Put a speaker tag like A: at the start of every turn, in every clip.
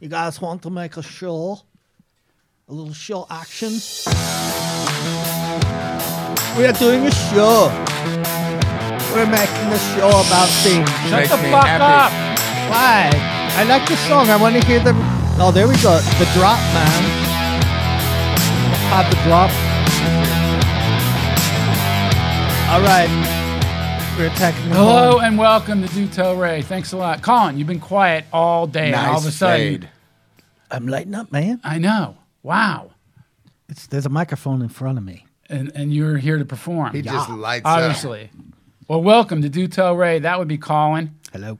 A: You guys want to make a show? A little show action? We are doing a show. We're making a show about things.
B: Shut
C: Makes
B: the
C: me
B: fuck
C: happy.
B: up.
A: Why? I like the song. I want to hear the. Oh, there we go. The drop, man. Pop the drop. All right. We're attacking the
B: Hello
A: horn.
B: and welcome to Duto Ray. Thanks a lot. Colin, you've been quiet all day. and all of a sudden,
C: fade.
A: I'm lighting up, man.
B: I know. Wow.
A: It's, there's a microphone in front of me.
B: And and you're here to perform.
C: He just lights up.
B: Obviously. Well, welcome to Duto Ray. That would be Colin.
A: Hello.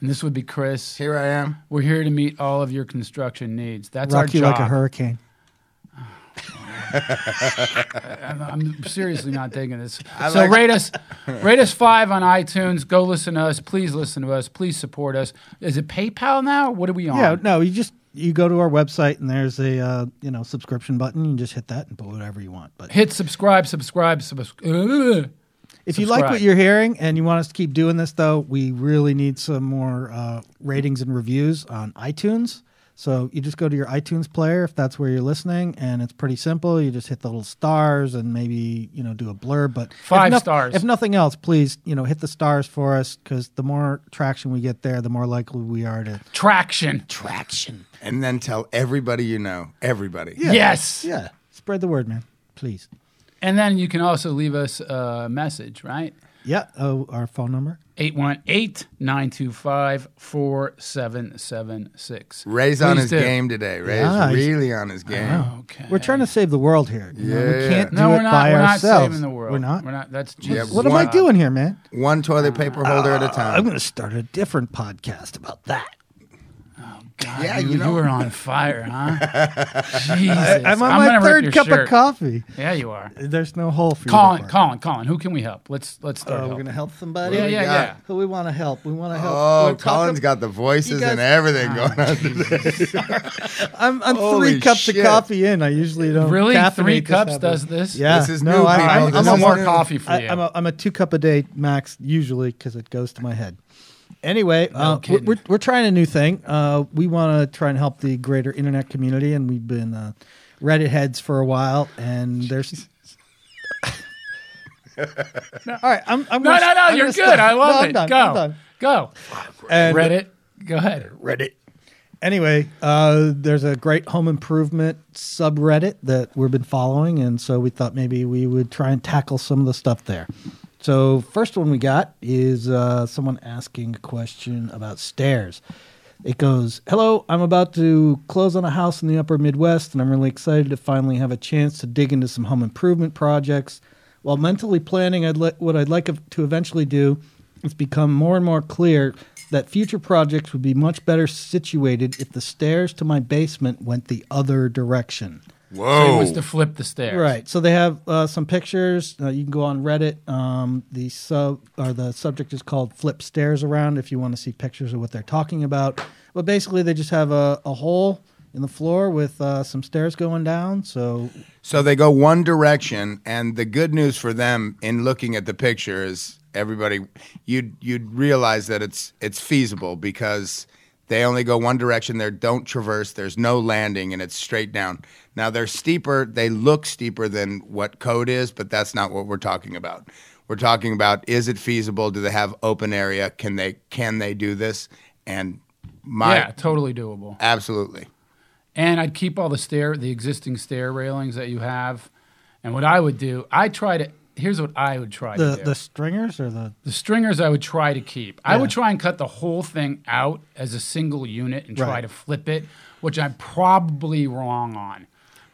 B: And this would be Chris.
C: Here I am.
B: We're here to meet all of your construction needs. That's our
A: Rock you
B: job.
A: like a hurricane.
B: I'm seriously not digging this. so
C: like-
B: rate us, rate us five on iTunes. Go listen to us. Please listen to us. Please support us. Is it PayPal now? What are we on?
A: Yeah, no, you just you go to our website and there's a uh, you know subscription button. You just hit that and put whatever you want. But
B: Hit subscribe, subscribe, uh, subscribe.
A: if you like what
B: subscribe.
A: you're hearing and you want us to keep doing this, though, we really need some more uh, ratings and reviews on iTunes. So you just go to your iTunes player if that's where you're listening, and it's pretty simple. You just hit the little stars and maybe you know do a blurb. But if
B: Five stars.
A: If nothing else, please you know hit the stars for us because the more traction we get there, the more likely we are to
B: Traction.
A: traction.
C: And then tell everybody you know. Everybody.
B: Yes.
A: Yeah, spread the word, man. Please.
B: And then you can also leave us a message, right?
A: Yeah. Oh, our phone number.
B: 818 925 4776.
C: Ray's on his game today. Ray's
A: Yeah, he's-
C: really on his game.
B: Okay.
A: We're trying to save the world here. You know, we
C: Yeah.
A: can't
B: no,
A: do
B: we're
A: it
B: not.
A: by
B: we're
A: ourselves.
B: not saving the world.
A: We're not.
B: We're not. That's Jesus.
A: What am
C: One-
A: I doing here, man?
C: One toilet paper holder at
A: Uh,
C: a
B: Uh,
A: I'm
C: time.
A: going to start a different podcast about that.
B: God,
C: Yeah,
B: you,
C: you know-
B: you were on fire, huh? Jesus.
A: I'm
B: I'm
A: on my
B: gonna rip your
A: third cup
B: shirt.
A: of coffee.
B: Yeah, you are.
A: There's no hole for
B: Colin,
A: you. to work.
B: Colin, Colin. Who can we help? Let's let's
A: Oh,
B: start.
A: we're
B: helping.
A: going to help somebody.
B: yeah, yeah, yeah.
C: got?
A: Who we want to help? We want to help.
C: Oh,
A: We're
C: Colin's
A: talking-
C: got the voices
A: guys- Ah,
C: and everything going on today.
A: I'm, I'm three
C: Holy
A: cups of
C: shit.
A: coffee in. I usually don't.
B: Really,
A: caffeinate
B: three
A: this
B: cups
A: heavily.
B: does this?
A: Yeah.
C: This is
A: no,
C: new,
A: I,
C: people.
A: I'm,
C: This
A: I'm
C: is
B: no
A: on
B: more
C: new.
B: coffee for
A: I,
B: you.
A: I'm, a, I'm a two cup a day max usually because it goes to my head. Anyway, uh, we-
B: kidding.
A: we're, we're trying a new thing. Uh, we want to try and help the greater internet community, and we've been uh, Reddit heads for a while. And there's. All right, I'm. I'm
B: no,
A: gonna-
B: no, no.
A: I'm
B: You're
A: gonna
B: good.
A: stop.
B: I love
A: No, I'm
B: it.
A: done, I'm
B: Go,
A: done.
B: go.
A: And-
B: Reddit. Go ahead.
C: Reddit.
A: Anyway, uh, there's a great home improvement subreddit that we've been following, and so we thought maybe we would try and tackle some of the stuff there. So, first one we got is uh, someone asking a question about stairs. It goes, Hello, I'm about to close on a house in the upper Midwest, and I'm really excited to finally have a chance to dig into some home improvement projects. While mentally planning I'd li- what I'd like ev- to eventually do, it's become more and more clear that future projects would be much better situated if the stairs to my basement went the other direction.
B: So he
C: Whoa.
B: wants to flip the stairs.
A: Right. So they have uh, some pictures. Uh, you can go on Reddit. Um, the sub or the subject is called "Flip Stairs Around" if you want to see pictures of what they're talking about. But basically, they just have a, a hole in the floor with uh, some stairs going down. So
C: So they go one direction, and the good news for them in looking at the picture is everybody you'd you'd realize that it's it's feasible because they only go one direction. They don't traverse. There's no landing, and it's straight down. Now they're steeper. They look steeper than what code is, but that's not what we're talking about. We're talking about is it feasible? Do they have open area? Can they can they do this? And my
B: Yeah, totally doable.
C: absolutely.
B: And I'd keep all the stair, the existing stair railings that you have. And what I would do, I try to. Here's what I would try to
A: the
B: do.
A: the stringers or the
B: The stringers I would try to keep. I would try and cut the whole thing out as a single unit and try
A: Right.
B: to flip it, which I'm probably wrong on.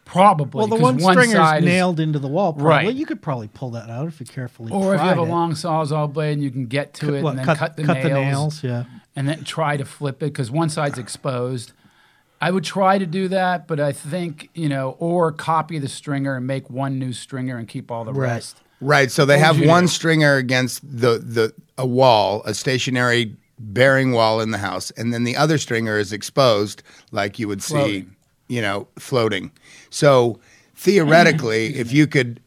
B: Probably.
A: well, the
B: 'cause
A: one, stringer's
B: side is-
A: nailed into the wall. Probably.
B: Right.
A: You could probably pull that out if you carefully.
B: or if you
A: pried
B: have a
A: it.
B: long sawzall blade and you can get to it
A: What,
B: and then
A: cut,
B: cut, the, nails
A: cut the nails. Yeah.
B: and then try to flip it because one side's exposed. I would try to do that, but I think, you know, or copy the stringer and make one new stringer and keep all the
A: Right.
B: rest.
C: Right. So they
B: What would
C: have
B: you
C: one
B: do?
C: stringer against the, the a wall, a stationary bearing wall in the house, and then the other stringer is exposed, like you would see,
B: Floating.
C: you know, floating. So theoretically, if you could,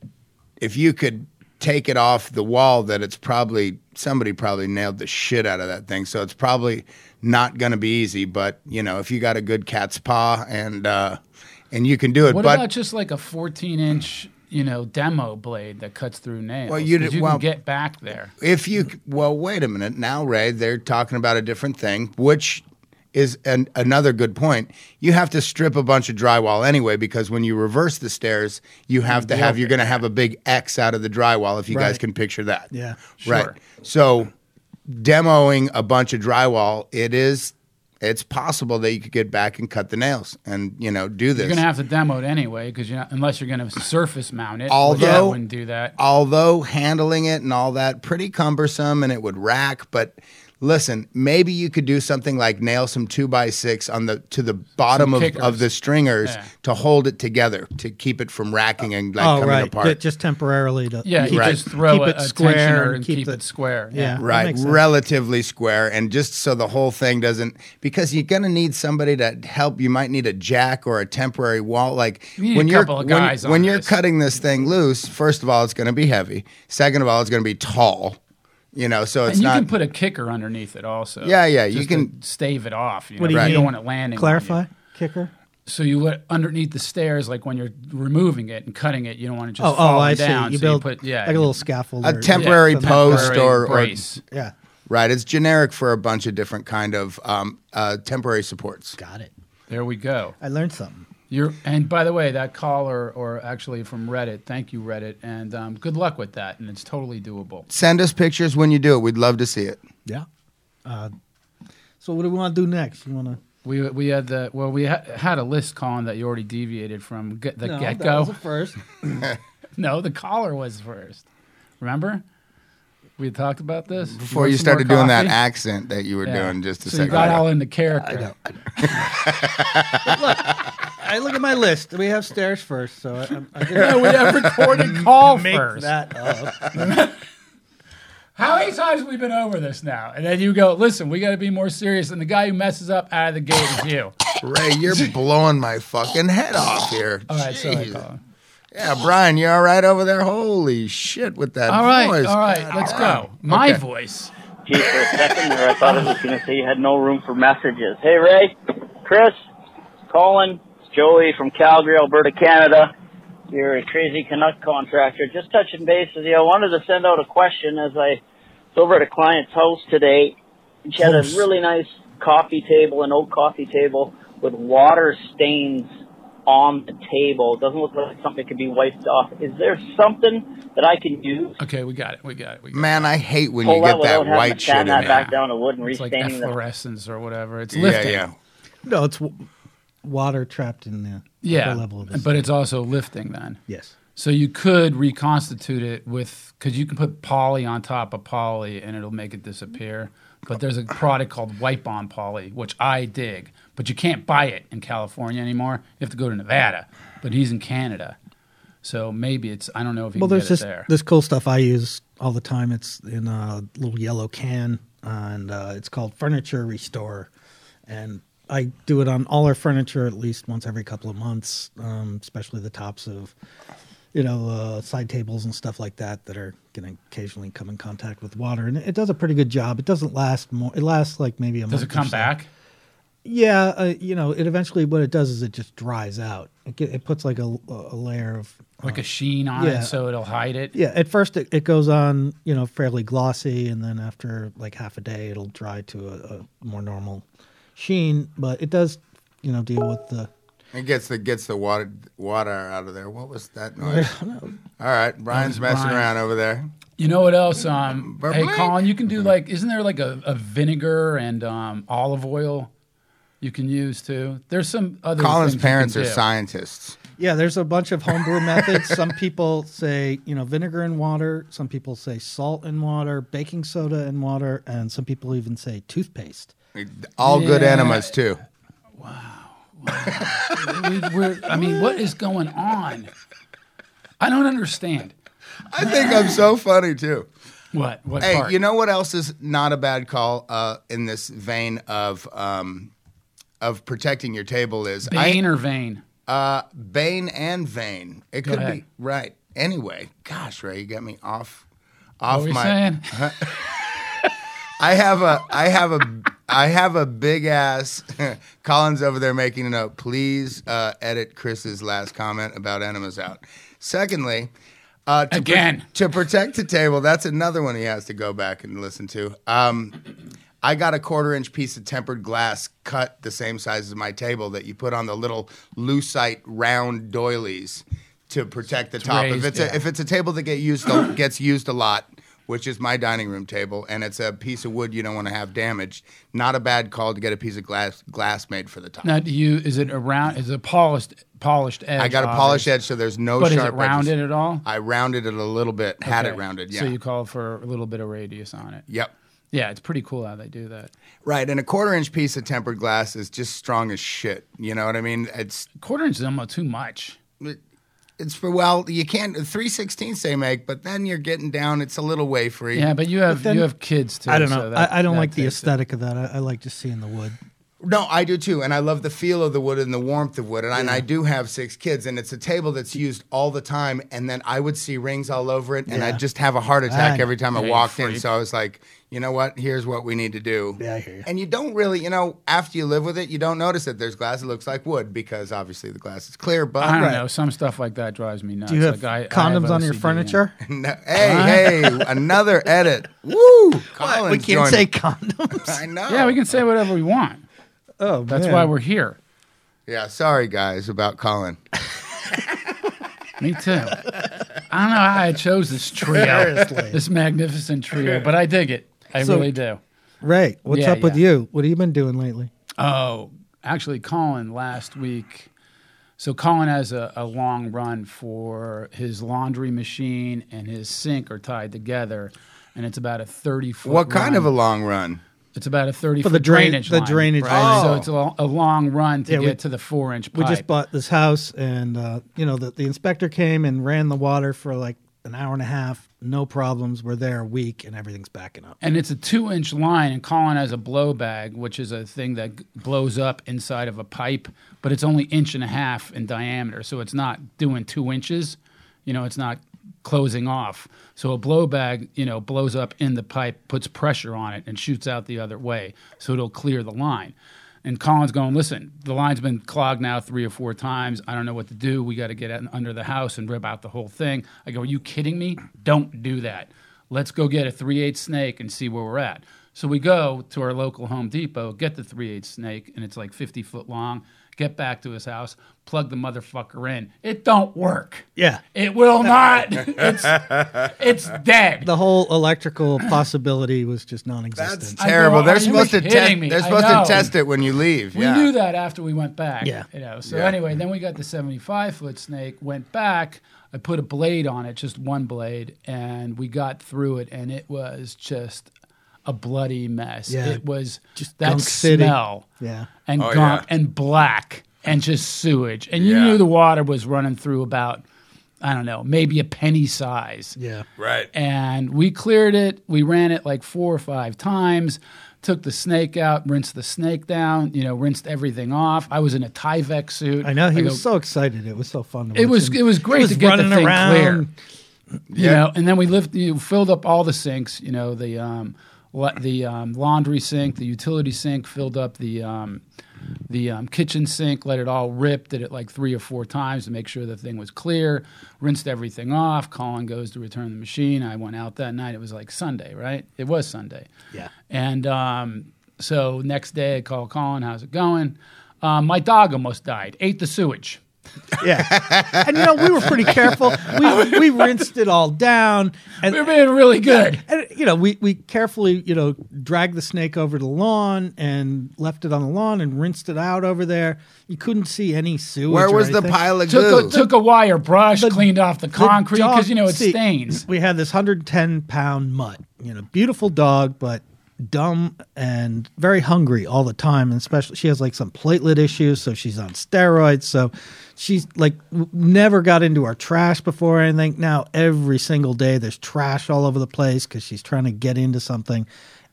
C: if you could take it off the wall that it's probably somebody probably nailed the shit out of that thing. So it's probably not going to be easy. But you know, if you got a good cat's paw and uh, and you can do it,
B: What
C: but
B: about just like a 14 inch, you know, demo blade that cuts through nails?
C: Well, you
B: 'Cause
C: did-
B: can
C: well-
B: get back there.
C: if you well wait a minute now ray they're talking about a different thing which is an, another good point you have to strip a bunch of drywall anyway because when you reverse the stairs you have to have you're going to have a big x out of the drywall if you guys
A: Right.
C: can picture that
A: Yeah.
C: right
B: Sure.
C: so demoing a bunch of drywall it is it's possible that you could get back and cut the nails and you know do this
B: You're gonna have to demo it anyway, because you're not, unless you're gonna surface mount it. which I
C: Although-
B: wouldn't do that.
C: although handling it and all that pretty cumbersome and it would rack but listen maybe you could do something like nail some two by six on the to the bottom of,
B: kickers.
C: of the stringers
B: Yeah.
C: to hold it together to keep it from racking and like
A: oh,
C: coming
A: right.
C: apart
A: Ju- Just temporarily to
B: Yeah, you
C: Right.
B: just throw
A: keep
B: a,
A: it
B: a
A: square
B: tensioner and,
A: and keep
B: keep
A: the-
B: it square.
A: Yeah. that
C: right
A: makes sense.
C: relatively square and just so the whole thing doesn't because you're going to need somebody to help you might need a jack or a temporary wall like
B: You need
C: when
B: a
C: you're
B: couple of
C: when-
B: guys
C: when,
B: on
C: you're
B: this.
C: cutting this thing loose first of all it's going to be heavy second of all it's going to be tall you know so it's
B: and you
C: not
B: can put a kicker underneath it also.
C: Yeah, yeah, you
B: just
C: can-
B: to stave it off. You know,
A: What do you
B: you
A: mean?
B: don't want it landing. on you.
A: clarify kicker.
B: So you let underneath the stairs, like when you're removing it and cutting it, you don't want it just
A: Oh, oh,
B: falling
A: I see.
B: down.
A: You
B: so
A: build
B: put, yeah,
A: like a little scaffold,
C: a
A: or-
C: temporary
A: yeah, something like
C: post
A: that.
C: or, or
B: brace.
A: Yeah,
C: right it's generic for a bunch of different kind of um, uh, temporary supports
A: got it.
B: There we go.
A: I learned something.
B: You're, and by the way, that caller, or actually from Reddit, thank you, Reddit, and um, good luck with that. And it's totally doable.
C: send us pictures when you do it we'd love to see it
A: Yeah. Uh, so what do we want to do next? You want to?
B: We we had the well, we ha- had a list, Colin, that you already deviated from get, the get
A: that was
B: go.
A: a first.
B: no, the caller was first. Remember, we had talked about this
C: before
B: want
C: you
B: some more
C: started doing that
B: coffee?
C: accent that you were
B: Yeah.
C: doing just a
B: so
C: second
B: you got
C: ago.
B: all into character.
A: I look at my list. We have stairs first, so I, I'm, I'm
B: No,
A: gonna
B: we have recorded call
A: make
B: first.
A: that up.
B: How many times have we been over this now? And then you go, listen, we got to be more serious. And the guy who messes up out of the gate is you.
C: Ray, you're blowing my fucking head off here.
B: All right, sorry,
C: Jeez.
B: Colin.
C: Yeah, Brian, you all right over there? Holy shit with that
B: All right,
C: voice.
B: all right, let's go. My
C: Okay.
B: voice.
D: Gee, for a second there, I thought it was going to say you had no room for messages. Hey, Ray, Chris, Colin, it's Joey from Calgary, Alberta, Canada. You're a crazy Canuck contractor. Just touching base with you. I wanted to send out a question as I was over at a client's house today. She had a
A: House.
D: really nice coffee table, an old coffee table with water stains on the table. Doesn't look like something could be wiped off. Is there something that I can use?
B: Okay, we got it. We got it. We got it.
C: Man, I hate when you
D: Pull that
C: get
D: without
C: that
D: having
C: white
D: to
C: shit in
D: fan that
C: there.
D: back down to wood and
B: It's like
D: restaining the
B: efflorescence or whatever. It's
C: Yeah,
B: lifting.
C: yeah.
A: No, it's w- water trapped in the
B: Yeah,
A: upper level of this.
B: but it's also lifting then.
A: yes,
B: So you could reconstitute it with because you can put poly on top of poly and it'll make it disappear. But there's a product called Wipe On Poly, which I dig, but you can't buy it in California anymore. You have to go to Nevada, but he's in Canada, so maybe it's I don't know if you
A: well,
B: can
A: there's
B: get it
A: this
B: there.
A: this cool stuff I use all the time. It's in a little yellow can, and uh, it's called Furniture Restore, and I do it on all our furniture at least once every couple of months, um, especially the tops of you know uh, side tables and stuff like that that are going to occasionally come in contact with water, and it, it does a pretty good job. It doesn't last more; it lasts like maybe a month.
B: Does it
A: or
B: come
A: so.
B: back?
A: Yeah, uh, you know, it eventually what it does is it just dries out. It, ge- it puts like a, a layer of
B: Like a sheen on
A: yeah.
B: it, so it'll hide it.
A: yeah. At first, it, it goes on, you know, fairly glossy, and then after like half a day, it'll dry to a, a more normal sheen. But it does, you know, deal with the.
C: It gets the gets the water water out of there. What was that noise? All right, Brian's
B: That was
C: messing
B: Brian.
C: around over there.
B: You know what else? Um, hey,
C: Blink.
B: Colin, you can do like, isn't there like a, a vinegar and um, olive oil you can use too? There's some other.
C: Colin's
B: things you can
C: parents are
B: do.
C: scientists.
A: Yeah, there's a bunch of homebrew methods. Some people say, you know, vinegar and water. Some people say salt and water, baking soda and water, and some people even say toothpaste.
C: All good
B: Yeah.
C: enemas too.
B: We, we're, I mean, what is going on? I don't understand.
C: I think I'm so funny too.
B: What? What
C: Hey,
B: part?
C: you know what else is not a bad call uh, in this vein of um, of protecting your table is I-
B: Bane or vein?
C: Uh, Bane and Vane. It could
B: ahead.
C: be right. Anyway, gosh, Ray, you got me off off
B: What were you
C: my
B: saying?
C: I have a I have a I have a big ass Collins over there making a note. Please uh, edit Chris's last comment about enemas out. Secondly, uh, to
B: Again.
C: to protect the table, that's another one he has to go back and listen to. Um, I got a quarter inch piece of tempered glass cut the same size as my table that you put on the little lucite round doilies to protect the top. if
B: raised,
C: it's
B: yeah.
C: a, if it's a table that get used a, gets used a lot, which is my dining room table, and it's a piece of wood you don't want to have damaged, not a bad call to get a piece of glass glass made for the top.
B: Now, do you is it around? Is it a polished polished edge?
C: I got a polished edge, so there's no
B: But is
C: sharp
B: it
C: edges.
B: rounded at all?
C: I rounded it a little bit. Had it
B: Okay.
C: rounded. Yeah.
B: So you call for a little bit of radius on it.
C: yep.
B: Yeah, it's pretty cool how they do that.
C: Right, and a quarter inch piece of tempered glass is just strong as shit. You know what I mean? It's
B: Quarter inch is almost too much.
C: it's for well, you can't three sixteenths they make, but then you're getting down. It's a little wafery.
B: Yeah, but you have
A: then-
B: you have kids too.
A: I don't
B: so
A: know.
B: that-
A: I, I don't
B: that
A: like the
B: takes it.
A: aesthetic of that. I, I like just seeing the wood.
C: No, I do too, and I love the feel of the wood and the warmth of wood. And, I, and I do have six kids, and it's a table that's used all the time. And then I would see rings all over it, and
A: Yeah.
C: I'd just have a heart attack
A: Ah,
C: every time I
B: yeah, you
C: walked in.
B: freak.
C: So I was like, you know what? Here's what we need to do.
A: Yeah, I hear you.
C: And you don't really, you know, after you live with it, you don't notice that there's glass that looks like wood because obviously the glass is clear. But
B: I don't
A: Right.
B: know. Some stuff like that drives me nuts.
A: Do you have
B: like I,
A: condoms
B: I have
A: on your
B: OCD and-
A: furniture?
C: No, hey, hey, another edit. Woo!
A: we
C: Colin's
A: can't
C: joining.
A: say condoms.
C: I know.
B: Yeah, we can say whatever we want.
A: oh,
B: That's
A: man.
B: why we're here.
C: Yeah, sorry guys about Colin.
B: Me too. I don't know how I chose this trio,
A: Seriously.
B: this magnificent trio, but I dig it. I
A: So-
B: really do.
A: Ray, what's
B: Yeah,
A: up with
B: yeah.
A: you? What have you been doing lately?
B: Oh, actually, Colin last week. So Colin has a, a long run for his laundry machine and his sink are tied together, and it's about a thirty foot.
C: What
B: run.
C: kind of a long run?
B: It's about a thirty
A: For
B: foot
A: the drain-
B: drainage.
A: the
B: line,
A: drainage
B: Right?
A: line.
B: So
C: Oh.
B: it's a, lo- a long run to
A: Yeah, we-
B: get to the four inch
A: We
B: pipe.
A: just bought this house, and uh, you know the, the inspector came and ran the water for like an hour and a half. No problems. We're there a week, and everything's backing up.
B: and it's a two inch line and colin has a blow bag which is a thing that g- blows up inside of a pipe but it's only inch and a half in diameter so it's not doing two inches you know it's not closing off so a blow bag you know blows up in the pipe puts pressure on it and shoots out the other way so it'll clear the line and Colin's going, listen, the line's been clogged now three or four times. I don't know what to do. We got to get in- under the house and rip out the whole thing. I go, are you kidding me? Don't do that. Let's go get a 3 8 snake and see where we're at. So we go to our local Home Depot, get the 3 8 snake, and it's like 50 foot long. Get back to his house, plug the motherfucker in. It don't work.
A: Yeah.
B: It will not. it's, it's dead.
A: The whole electrical possibility was just non-existent.
C: That's
B: I know,
C: terrible.
B: are
C: they're
B: you
C: supposed to
B: kidding
C: test.
B: me?
C: They're
B: I
C: supposed to
B: know.
C: test it when you leave.
B: We
C: yeah.
B: knew that after we went back.
A: Yeah.
B: You know. So
C: Yeah.
B: anyway, then we got the 75 foot snake, went back. I put a blade on it, just one blade, and we got through it, and it was just a bloody mess.
A: Yeah.
B: It was
A: Just
B: just that
A: gunk city.
B: smell
A: yeah.
B: and
C: Oh,
B: gunk
C: yeah.
B: and black and just sewage, and you
C: Yeah.
B: knew the water was running through about I don't know, maybe a penny size
A: Yeah.
C: Right.
B: and we cleared it. We ran it like four or five times. Took the snake out, rinsed the snake down. You know, rinsed everything off. I was in a Tyvek suit.
A: I know he
B: go-
A: was so excited. It was so fun. To
B: It
A: watch
B: was
A: him.
B: it was great
A: He was
B: to get the
A: running
B: thing
A: around.
B: clear. You
C: Yeah.
B: know, and then we lift, you know, filled up all the sinks. You know, the um, la- the um, laundry sink, the utility sink, filled up the um, the um, kitchen sink, let it all rip. Did it like three or four times to make sure the thing was clear. Rinsed everything off. Colin goes to return the machine. I went out that night. It was like Sunday, right? It was Sunday.
A: Yeah.
B: And um, so next day, I call Colin. How's it going? Um, my dog almost died. Ate the sewage.
A: Yeah. and you know, we were pretty careful. We we rinsed it all down and
B: We're being really good.
A: and you know, we we carefully, you know, dragged the snake over the lawn and left it on the lawn and rinsed it out over there. You couldn't see any sewage.
C: Where
A: or
C: was the
A: anything.
C: pile of
B: took
C: goo?
B: a, took a wire brush,
A: The-
B: cleaned off the
A: The
B: concrete
A: dog-
B: because you know it
A: see,
B: stains.
A: We had this 110 pound mutt, you know, beautiful dog, but dumb and very hungry all the time. And especially, she has like some platelet issues, so she's on steroids. So she's like w- never got into our trash before or anything. Now every single day there's trash all over the place because she's trying to get into something.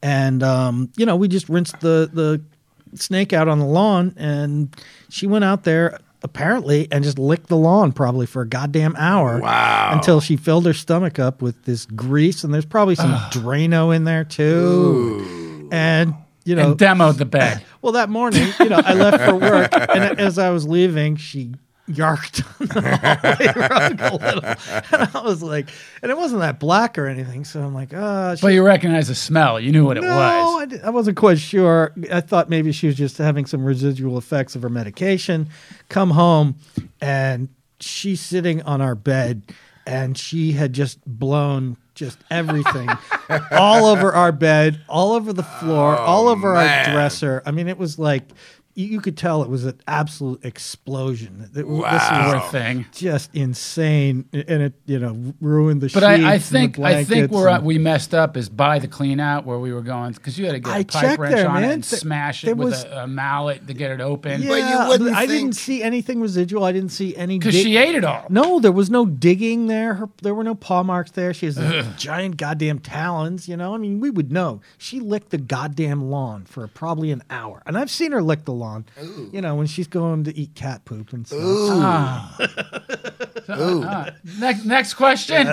A: And um, you know, we just rinsed the the snake out on the lawn and she went out there apparently and just licked the lawn probably for a goddamn hour.
C: Wow.
A: Until she filled her stomach up with this grease and there's probably some Drano in there too. And you know,
B: and demoed the bed.
A: well, that morning, you know, I left for work, and as I was leaving, she yarked on the hallway rug a little, and I was like, and it wasn't that black or anything, so I'm like, uh, she
B: But you recognize the smell. You knew what it
A: no,
B: was.
A: I, di- I wasn't quite sure. I thought maybe she was just having some residual effects of her medication. Come home, and she's sitting on our bed, and she had just blown just everything all over our bed, all over the floor, all over
C: Oh, man.
A: our dresser. I mean, it was like you, you could tell it was an absolute explosion. It- This
C: Wow.
A: was
B: Poor thing.
A: just insane, and it you know ruined the.
B: But I, I
A: sheets and the
B: think I think
A: blankets
B: where
A: and-
B: I- we messed up is by the clean out where we were going because you had to get
A: I
B: a pipe
A: checked
B: wrench
A: there,
B: on it
A: man.
B: and
A: Th-
B: smash
A: there
B: it with
A: was-
B: a, a mallet to get it open.
A: Yeah,
C: But you wouldn't
A: I
C: think-
A: didn't see anything residual. I didn't see any.
B: Because
A: dig-
B: she ate it all.
A: No, there was no digging there. Her, there were no paw marks there. She has those giant goddamn talons. You know, I mean, we would know. She licked the goddamn lawn for probably an hour, and I've seen her lick the lawn. You know, when she's going to eat cat poop and stuff.
B: Ah. uh, Next next question.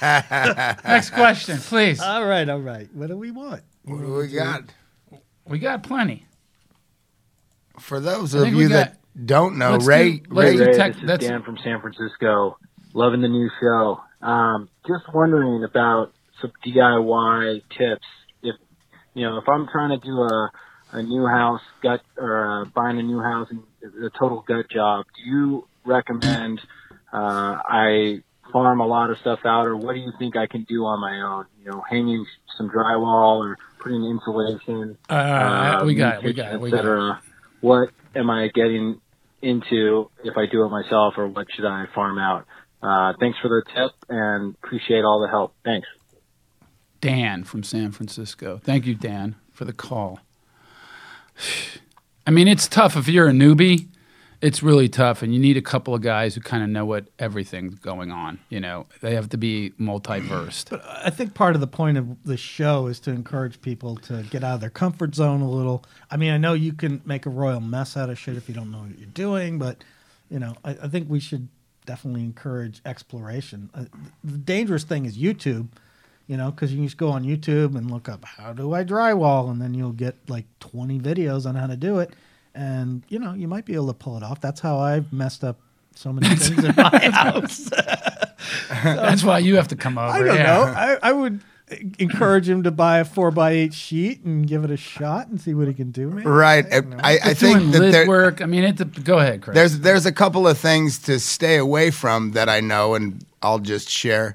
B: next question, please.
A: All right, all right. What do we want?
C: What do we got?
B: we got plenty.
C: For those of
B: think we
C: you that don't know,
B: Let's
C: Ray,
B: do- let's
C: Ray,
B: do-
E: Hey,
B: Tech-
E: this is
B: that's-
E: Dan from San Francisco. Loving the new show. Um, just wondering about some DIY tips. If you know, if I'm trying to do a a new house gut or uh, buying a new house and a total gut job, do you recommend uh, I farm a lot of stuff out, or what do you think I can do on my own? You know, hanging some drywall or putting insulation.
B: Uh,
E: uh,
B: we got it. We
E: music,
B: got it. We
E: et
B: got it.
E: cetera. What am I getting into if I do it myself, or what should I farm out? Uh, thanks for the tip and appreciate all the help. Thanks.
B: Dan from San Francisco. Thank you, Dan, for the call. I mean, it's tough if you're a newbie. It's really tough, and you need a couple of guys who kind of know what everything's going on. You know, they have to be multiversed.
A: I think part of the point of the show is to encourage people to get out of their comfort zone a little. I mean, I know you can make a royal mess out of shit if you don't know what you're doing, but you know, I, I think we should definitely encourage exploration. Uh, the dangerous thing is YouTube, you know, because you can just go on YouTube and look up how do I drywall, and then you'll get like 20 videos on how to do it, and you know, you might be able to pull it off. That's how I've messed up so many things in my house.
C: uh,
B: That's why you have to come over.
A: I don't
B: yeah.
A: know. I, I would encourage him to buy a four by eight sheet and give it a shot and see what he can do. Maybe.
C: right? I, I
B: Doing
C: think that
B: lid
C: there,
B: work. I mean, it's a, go ahead, Chris.
C: There's there's a couple of things to stay away from that I know, and I'll just share.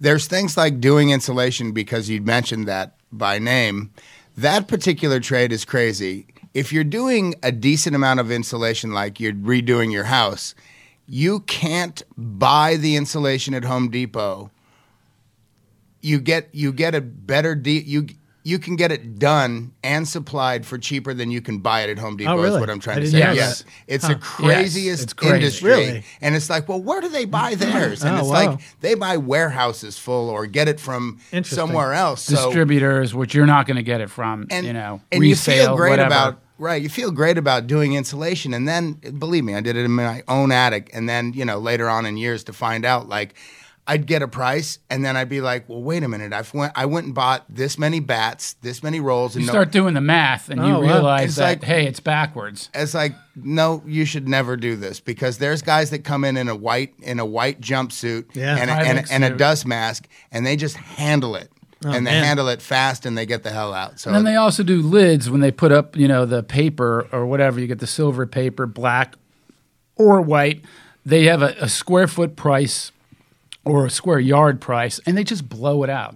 C: There's things like doing insulation because you mentioned that by name. That particular trade is crazy. If you're doing a decent amount of insulation, like you're redoing your house, you can't buy the insulation at Home Depot. You get you get a better deal. You you can get it done and supplied for cheaper than you can buy it at Home Depot. Is
A: Oh, really?
C: what I'm trying
A: I
C: to
A: didn't
C: say.
B: know
C: Yes,
A: that.
C: it's the
B: Yes,
C: craziest
B: it's crazy.
C: industry.
A: Really?
C: And it's like, well, where do they buy theirs? And
A: Oh,
C: it's
A: wow.
C: like they buy warehouses full or get it from
A: Interesting.
C: somewhere else. So,
B: Distributors, which you're not going to get it from.
C: and
B: you know,
C: and
B: resale,
C: you feel great
B: whatever.
C: about right. You feel great about doing insulation, and then believe me, I did it in my own attic, and then you know later on in years to find out like. I'd get a price, and then I'd be like, "Well, wait a minute. I've went, I went and bought this many bats, this many rolls, and
B: You
C: no-
B: start doing the math, and
A: Oh, wow.
B: you realize
C: It's
B: that
C: like-
B: hey, it's backwards.
C: it's like no you should never do this because there's guys that come in in a white in a white jumpsuit
A: Yeah.
C: and, a,
B: Tyvek
C: and, a, and a
B: suit. Oh,
C: dust mask and they just handle it and they
A: man.
C: handle it fast and they get the hell out so
B: And then they also do lids when they put up, you know, the paper or whatever. You get the silver paper, black or white. They have a, a square foot price or a square yard price, and they just blow it out.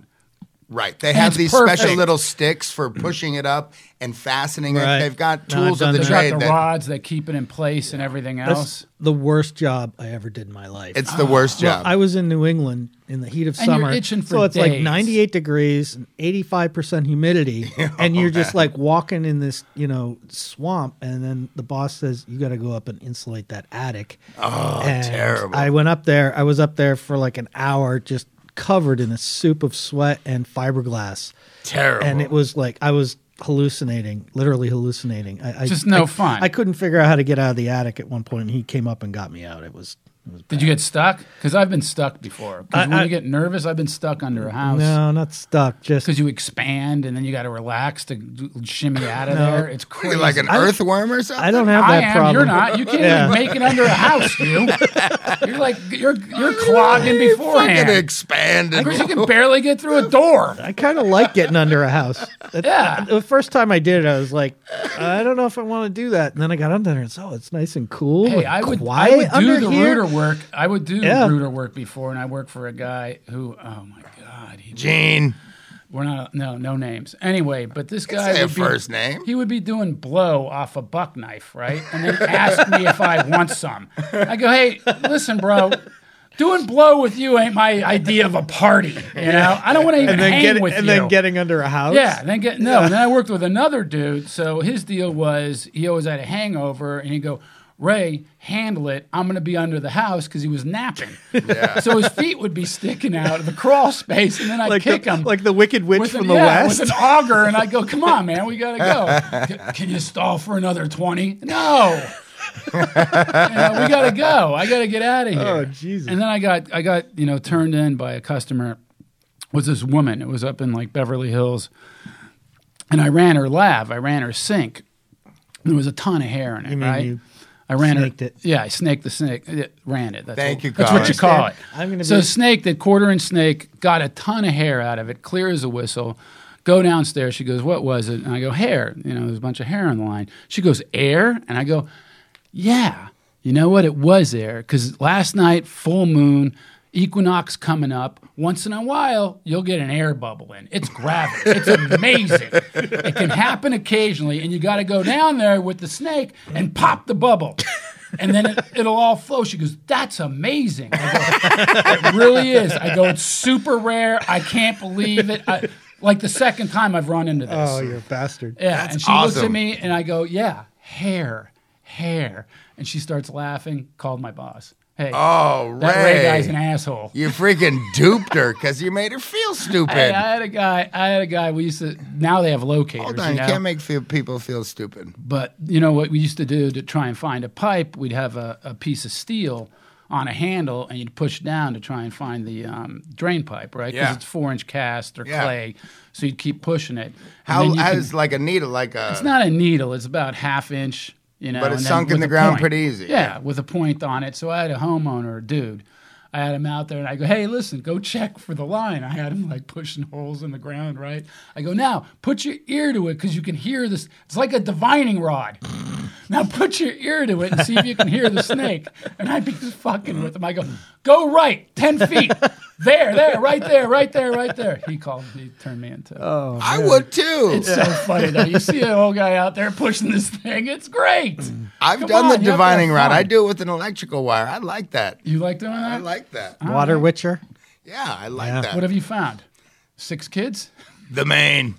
C: right they have
B: it's
C: these special
B: perfect.
C: little sticks for pushing it up and fastening
A: Right.
C: it they've got
A: No, I've
C: tools
A: done
C: of the
A: that.
B: They
C: trade
B: got the
C: that
B: rods that keep it in place and everything else.
A: That's the worst job I ever did in my life.
C: it's the worst
A: well,
C: job
A: I was in New England in the heat of
B: And you're
A: summer,
B: itching
A: so
B: for
A: it's like
B: days.
A: 98 degrees and 85 percent humidity, and you're just like walking in this, you know, swamp. And then the boss says you got to go up and insulate that attic. Oh,
C: terrible.
A: I went up there. I was up there for like an hour, just covered in a soup of sweat and fiberglass.
C: terrible
A: and it was like I was hallucinating, literally hallucinating. I, I
B: Just no
A: I-
B: fun.
A: I couldn't figure out how to get out of the attic at one point. And he came up and got me out. It was. It was
B: Did you get stuck? Because I've been stuck before. 'Cause
A: I-
B: when
A: I-
B: you get nervous, I've been stuck under a house.
A: no, not stuck. Just
B: Because you expand and then you got to relax to d- shimmy out of there. It's crazy.
C: Like an earthworm or something?
A: I don't have
B: I
A: that
B: am.
A: problem.
B: You're not. You can't
A: Yeah.
B: even make it under a house. You. You're like you're you're clogging
C: Fucking
B: beforehand.
C: expanded.
B: Because you can barely get through a door.
A: I kind of like getting under a house. That-
B: Yeah.
A: The first time I did it, I was like, I don't know if I want to do that. And then I got under there and so it's nice and cool.
B: Hey,
A: and
B: I would, I
A: quiet
B: would do
A: under
B: the
A: here.
B: rooter work. I would do
A: Yeah.
B: rooter work before, and I worked for a guy who, oh my god, he
C: Gene.
B: We're not no no names anyway. But this guy
C: Say a
B: would be-
C: first name.
B: He would be doing blow off a buck knife, right? And then ask me if I want some. I go, hey, listen, bro. Doing blow with you ain't my idea of a party. You know, I don't want to even
A: And then
B: hang
A: get
B: with
A: and
B: you.
A: then getting under a house.
B: Yeah, then get no. And then I worked with another dude. So his deal was he always had a hangover, and he'd go, "Ray, handle it. I'm going to be under the house because he was napping. So his feet would be sticking out of the crawl space, and then I'd
A: Like
B: kick
A: the,
B: him
A: like the Wicked Witch
B: with
A: from
B: an,
A: the
B: yeah,
A: West.
B: with an auger, and I'd go, "Come on, man, we gotta go. C- Can you stall for another 20? No, You know, we gotta go. I gotta get out of here."
A: Oh, Jesus.
B: And then I got I got you know turned in by a customer. Was this woman? It was up in like Beverly Hills, and I ran her lav. I ran her sink. There was a ton of hair in it,
A: You mean
B: right?
A: you
B: I ran her-
A: snaked it.
B: Yeah, I snaked the snake. yeah, Ran it. That's
C: Thank
B: what-
C: you,
B: That's what
C: Colin.
B: you call it.
A: I'm gonna
B: so
A: be-
B: snake, the quarter inch snake, got a ton of hair out of it, clear as a whistle. Go downstairs. She goes, "What was it?" And I go, "Hair." You know, there's a bunch of hair on the line. She goes, "Air," and I go, "Yeah." You know what? It was air because last night, full moon, equinox coming up. Once in a while, you'll get an air bubble in. It's gravity. it's amazing. It can happen occasionally, and you got to go down there with the snake and pop the bubble. And then it, it'll all flow. She goes, That's amazing. I go, it really is. I go, it's super rare. I can't believe it. I, like the second time I've run into this.
A: oh, you're a bastard.
B: yeah.
C: That's
B: and she looks at
C: awesome.
B: me and I go, yeah, hair, hair. And she starts laughing, called my boss. Hey,
C: Oh, Ray.
B: that Ray guy's an asshole.
C: You freaking duped her because you made her feel stupid.
B: Hey, I had a guy. I had a guy. We used to. Now they have locators.
C: Hold on,
B: you
C: you
B: know?
C: can't make feel, people feel stupid.
B: But you know what we used to do to try and find a pipe? We'd have a, a piece of steel on a handle, and you'd push down to try and find the um, drain pipe, right? Because
C: Yeah.
B: it's four inch cast or
C: Yeah.
B: clay, so you'd keep pushing it. And
C: How
B: then you can-
C: how's like a needle, like a
B: it's not a needle; it's about half inch, you know.
C: But it's
B: and then
C: sunk in
B: with
C: the
B: a
C: ground
B: point.
C: pretty easy.
B: Yeah, with a point on it. So I had a homeowner, dude. I had him out there, and I go, "Hey, listen, go check for the line." I had him like pushing holes in the ground, right? I go, "Now put your ear to it because you can hear this. It's like a divining rod." Now put your ear to it and see if you can hear the snake. And I'd be just fucking with him. I go, go right, 10 feet. There, there, right there, right there, right there. He called, he turned me into.
C: I would too.
B: It's so funny though. You see an old guy out there pushing this thing. It's great.
C: I've
B: Come
C: done
B: on,
C: the
B: you have to
C: divining
B: have
C: rod.
B: fun.
C: I do it with an electrical wire. I like that.
B: You like doing that?
C: I like that.
A: Water Witcher.
C: Yeah, I like
A: Yeah.
C: that.
B: Uh, what have you found? Six kids?
C: the main.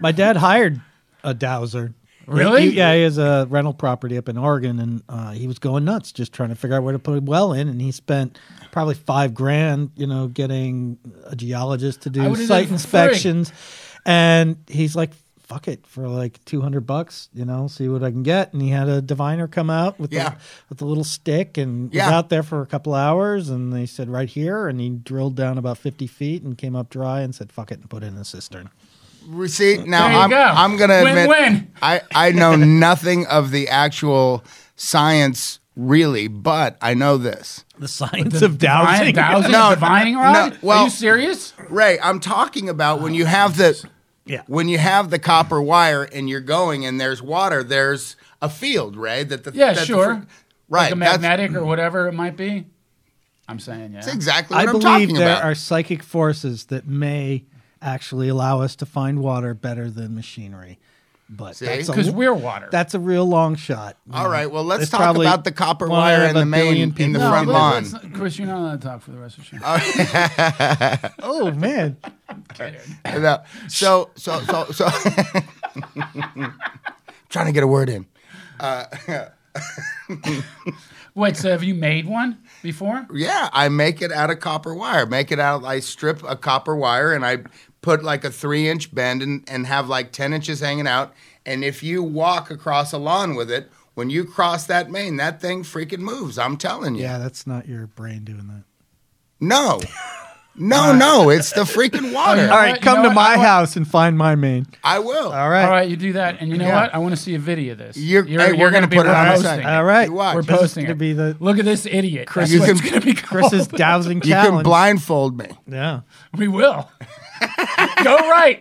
A: My dad hired a dowser.
B: Really?
A: He- yeah, he has a rental property up in Oregon, and uh, he was going nuts just trying to figure out where to put a well in. And he spent probably five grand, you know, getting a geologist to
B: I
A: do
B: would've done it
A: site
B: for
A: inspections. And he's like, "Fuck it," for like two hundred bucks, you know, see what I can get. And he had a diviner come out with
C: Yeah.
A: the, with a little stick and
C: Yeah.
A: was out there for a couple hours. And they said, "Right here," and he drilled down about fifty feet and came up dry and said, "Fuck it," and put it in a cistern.
C: See, now
B: There you
C: I'm,
B: go.
C: I'm going to admit
B: Win-win.
C: I, I know nothing of the actual science really, but I know this.
A: The science of dowsing.
B: Ryan Dowsing?
C: No,
B: a divining rod?
C: no, well-
B: Are you serious?
C: Ray, I'm talking about when you have the
A: Yeah.
C: when you have the copper wire and you're going and there's water, there's a field, Ray. That the
B: Yeah,
C: that the-
B: sure.
C: right.
B: Like a
C: that's-
B: magnetic or whatever it might be? I'm saying, yeah.
C: That's exactly
A: I
C: what I am
A: believe
C: talking
A: there
C: about.
A: are psychic forces that may actually allow us to find water better than machinery. But
C: See? Oh,
A: that's a,
B: Because
A: l-
B: we're water.
A: that's a real long shot.
C: All right, well, let's
A: It's
C: talk
A: probably
C: about the copper
A: one
C: wire
A: out
C: and
A: of a
C: the main
A: billion
C: in the
A: people.
B: No,
C: front
B: let-
C: lawn. Uh,
B: let's not- Chris, you're not allowed to talk for the rest of the show.
A: Oh man,
C: No. So so so so. trying to get a word in.
B: Wait, so have you made one before?
C: Yeah, I make it out of copper wire. Make it out. I strip a copper wire and I put like a three inch bend and, and have like 10 inches hanging out. And if you walk across a lawn with it, when you cross that main, that thing freaking moves. I'm telling you.
A: Yeah, that's not your brain doing that.
C: No. No, no, it's the freaking water.
A: All
B: All
A: right,
B: right, you
A: come
B: know
A: to
B: what?
A: my
B: I want-
A: house and find my main.
C: I will.
A: All right.
B: All right, you do that, and you know
C: Yeah.
B: what? I want to see a video of this.
C: You're- hey, we're
B: gonna
C: gonna
B: be
C: put it on the
B: posting
C: site.
A: All right.
C: You watch.
B: We're
C: This is
B: posting
A: gonna
B: it.
A: be the-
B: Look at this idiot. Chris,
C: You
B: That's what
C: can-
B: it's gonna be called.
A: Chris's dowsing
C: You
A: challenge.
C: can blindfold me.
A: Yeah.
B: We will. Go right.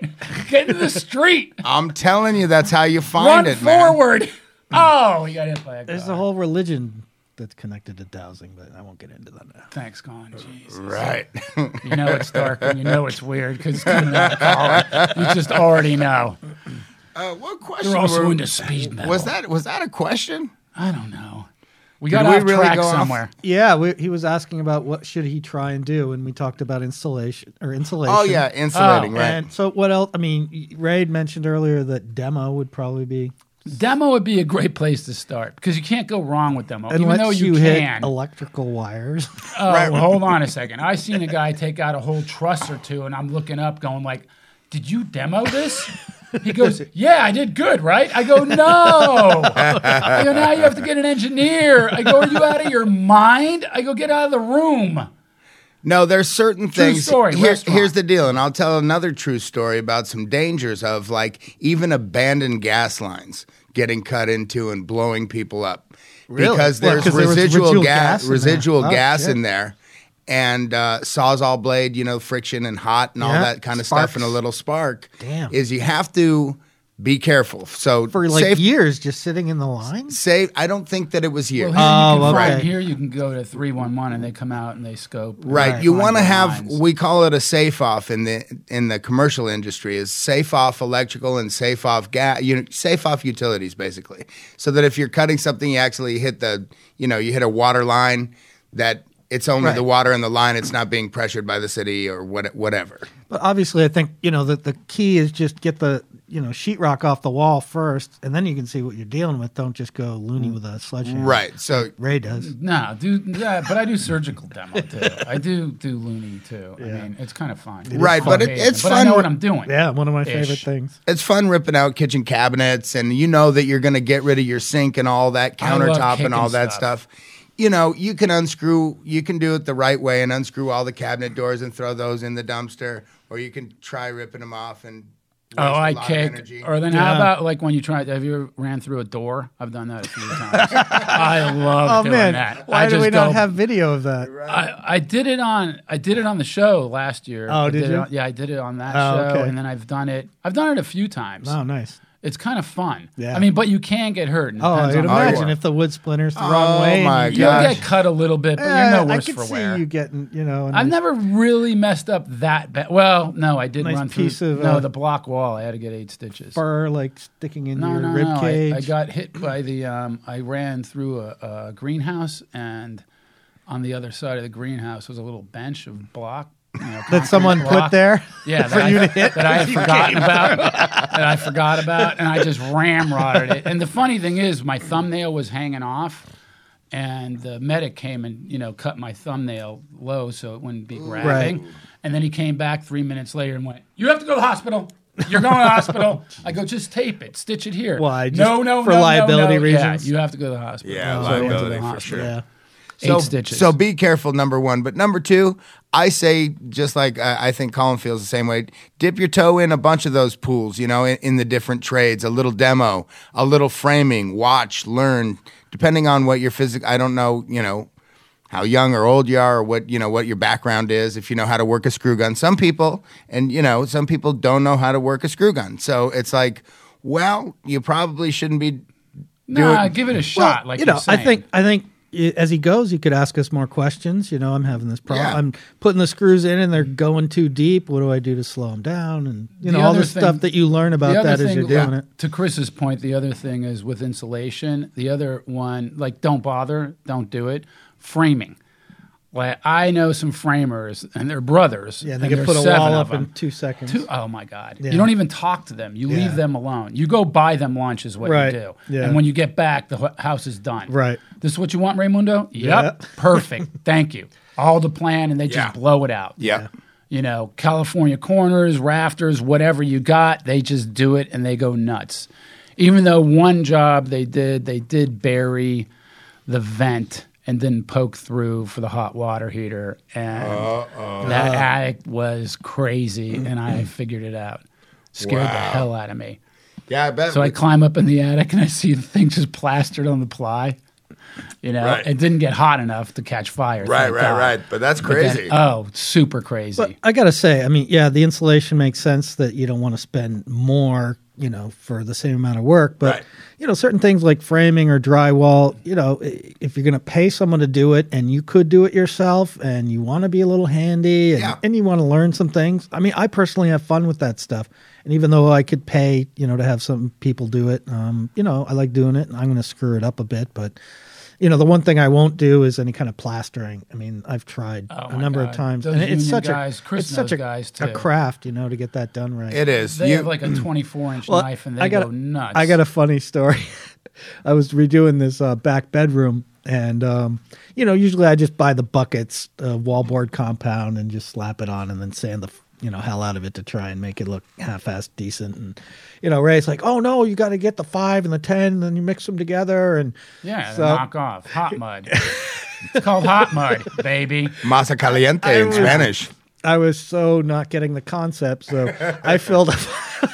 B: Get into the street.
C: I'm telling you, that's how you
B: Run
C: find it, man.
B: forward. Oh, you got hit by a
A: There's
B: car.
A: a whole religion that's connected to dowsing, but I won't get into that now.
B: Thanks, Con. Jeez.
C: Right.
B: You know it's dark and you know it's weird because it's coming out of collar. You just already know.
C: Uh, what question?
B: They're also
C: were-
B: into speed metal.
C: was that was that a question?
B: I don't know. We got
C: we
B: off
C: really
B: track
C: go off?
B: somewhere.
A: Yeah, we, he was asking about what should he try and do, and we talked about insulation or insulation.
C: Oh yeah, insulating, right?
A: And so what else? I mean, Ray had mentioned earlier that demo would probably be
B: Demo would be a great place to start because you can't go wrong with demo, even though
A: unless
B: you,
A: you,
B: can.
A: hit electrical wires.
B: Oh, hold on a second. I seen a guy take out a whole truss or two, and I'm looking up, going like, "Did you demo this?" He goes, "Yeah, I did good, right?" I go, "No." I go, "Now you have to get an engineer." I go, "Are you out of your mind?" I go, "Get out of the room."
C: No, there's certain things.
B: story, restaurant.
C: here's the deal, and I'll tell another true story about some dangers of like even abandoned gas lines getting cut into and blowing people up
A: Really?
C: because
A: Well,
C: there's
A: 'cause there was
C: residual,
A: residual gas
C: gas,
A: in there.
C: residual
A: Oh,
C: gas
A: shit.
C: in there, and uh, sawzall blade, you know, friction and hot and
A: Yeah.
C: all that kind of
A: Sparks.
C: stuff, and a little spark.
A: Damn.
C: is you have to be careful. So
A: for like
C: safe,
A: years just sitting in the line.
C: safe. I don't think that it was here.
A: Oh,
B: Well, here, you can,
A: okay.
B: from here you can go to three one one, and they come out and they scope. and
C: Right.
B: they
C: You
B: find
C: want to
B: the
C: have
B: lines.
C: we call it a safe off in the in the commercial industry is safe off electrical and safe off gas you know, safe off utilities basically. So that if you're cutting something you actually hit the you know, you hit a water line that it's only
A: Right.
C: the water in the line it's not being pressured by the city or what whatever.
A: But obviously, I think you know that the key is just get the you know sheetrock off the wall first, and then you can see what you're dealing with. Don't just go loony with a sledgehammer.
C: Right. So
A: Ray does.
B: No, do yeah, but I do surgical demo too. I do do loony too. I mean, it's kind of fun.
C: Right, but it-
B: Fun,
C: it's
B: but I
C: fun
B: know what
C: with-
B: I'm doing.
A: Yeah, one of my favorite
B: Ish.
A: things.
C: it's fun ripping out kitchen cabinets and you know that you're going to get rid of your sink and all that
B: I love
C: countertop
B: kicking
C: and all that
B: stuff.
C: stuff. You know, you can unscrew, you can do it the right way and unscrew all the cabinet doors and throw those in the dumpster, or you can try ripping them off and. waste
B: Oh,
C: a
B: I
C: lot of
B: kick.
C: energy.
B: Or then
A: Yeah.
B: how about like when you try? Have you ever ran through a door? I've done that a few times. I love
A: Oh
B: doing
A: man,
B: that.
A: why
B: I
A: do
B: just
A: we not
B: go-
A: have video of that?
B: I, I did it on I did it on the show last year.
A: Oh,
B: I
A: did
B: it
A: you?
B: on- yeah, I did it on that
A: Oh,
B: show,
A: okay.
B: and then I've done it. I've done it a few times.
A: Oh, nice.
B: It's kind of fun.
A: Yeah.
B: I mean, but you can get hurt. and it
A: Oh,
B: depends
A: I would
B: on who you
A: imagine
B: are.
A: if the wood splinters the wrong
C: Oh,
A: way. and
C: my
A: you-
B: you
C: Gosh.
B: get cut a little bit,
A: Eh,
B: but you're no
A: I
B: worse
A: could
B: for
A: see
B: wear.
A: you getting, you know, a
B: I've
A: nice-
B: never really messed up that bad. Well, no, I did
A: Nice
B: run through
A: piece of,
B: no
A: uh,
B: the block wall. I had to get eight stitches.
A: fur like sticking in
B: no,
A: your
B: no,
A: rib
B: no. I,
A: cage.
B: I got hit by the. Um, I ran through a, a greenhouse, and on the other side of the greenhouse was a little bench of block. You know,
A: that
B: concrete
A: someone
B: block.
A: put there.
B: Yeah, that I, that I had forgotten about. That I forgot about, and I just ramrodded it. And the funny thing is, my thumbnail was hanging off, and the medic came and you know cut my thumbnail low so it wouldn't be grabbing. And then he came back three minutes later and went, "You have to go to the hospital." You're going to the hospital. I go, just tape it, stitch it here.
A: Why? Just
B: no, no,
A: for
B: no, no,
A: liability
B: no. Yeah,
A: reasons?
B: you have to go to the hospital.
C: Yeah,
B: Oh, I went to the
C: liability for sure.
B: hospital.
A: Yeah.
B: Eight
C: so,
B: stitches.
C: So be careful, number one. But number two, I say, just like uh, I think Colin feels the same way, dip your toe in a bunch of those pools, you know, in, in the different trades, a little demo, a little framing, watch, learn, depending on what your physical, I don't know, you know, how young or old you are or what, you know, what your background is, if you know how to work a screw gun. Some people, and, you know, some people don't know how to work a screw gun. So it's like, well, you probably shouldn't be.
B: nah,
C: do it-
B: give it a shot. like
A: you know,
B: you're saying.
A: I think I think i- as he goes, he could ask us more questions. You know, I'm having this problem.
C: Yeah.
A: I'm putting the screws in, and they're going too deep. What do I do to slow them down? And you
B: The
A: know, all
B: other
A: the stuff
B: thing-
A: that you learn about
B: The
A: that
B: other
A: as you're
B: thing-
A: doing it.
B: To Chris's point, the other thing is with insulation. The other one, like, don't bother, don't do it. Framing. Like, I know some framers, and they're brothers.
A: Yeah,
B: and
A: they can
B: there's
A: put a
B: seven
A: wall
B: of
A: up
B: them.
A: in two seconds.
B: Two- Oh my God!
A: Yeah.
B: You don't even talk to them. You
A: Yeah.
B: leave them alone. You go buy them lunch is what
A: Right.
B: you do.
A: Yeah.
B: And when you get back, the hu- house is done.
A: Right.
B: This is what you want, Raymundo? Yep.
A: Yeah.
B: Perfect. Thank you. All the plan, and they
C: Yeah.
B: just blow it out.
C: Yeah.
B: you know, California corners, rafters, whatever you got, they just do it and they go nuts. Even though one job they did, they did bury the vent and then poke through for the hot water heater. And that attic was crazy and I figured it out. Scared the
C: Mm-hmm. Wow.
B: hell out of me.
C: Yeah, I bet.
B: So I climb up in the attic and I see the thing just plastered on the ply. You know,
C: Right.
B: it didn't get hot enough to catch fire.
C: right,
B: thank
C: right,
B: God.
C: right. But that's
B: But then-
C: crazy.
B: oh, super crazy.
A: But I gotta say, I mean, yeah, the insulation makes sense that you don't want to spend more, you know, for the same amount of work. But
C: Right.
A: you know, certain things like framing or drywall, you know, i- if you're gonna pay someone to do it and you could do it yourself, and you want to be a little handy and,
C: Yeah.
A: and you want to learn some things. I mean, I personally have fun with that stuff. And even though I could pay, you know, to have some people do it, um, you know, I like doing it, and I'm gonna screw it up a bit, but. You know, the one thing I won't do is any kind of plastering. I mean, I've tried
B: Oh,
A: a
B: my
A: number of
B: God.
A: times,
B: Those
A: and it's
B: union
A: such
B: guys,
A: a
B: Chris
A: it's such
B: knows
A: a,
B: guys,
A: a
B: too.
A: craft, you know, to get that done right.
C: it is.
B: they
C: you,
B: have like a 24 inch knife and they
A: I got
B: go nuts.
A: I got a funny story. I was redoing this uh, back bedroom, and um, you know, usually I just buy the buckets, uh, wallboard compound, and just slap it on, and then sand the you know hell out of it to try and make it look half-assed decent. And you know, Ray's like, "Oh no, you got to get the five and the ten, and then you mix them together." And
B: yeah,
A: so-
B: knock off hot mud. it's called hot mud, baby.
C: masa caliente in Spanish.
A: I was so not getting the concept, so I filled a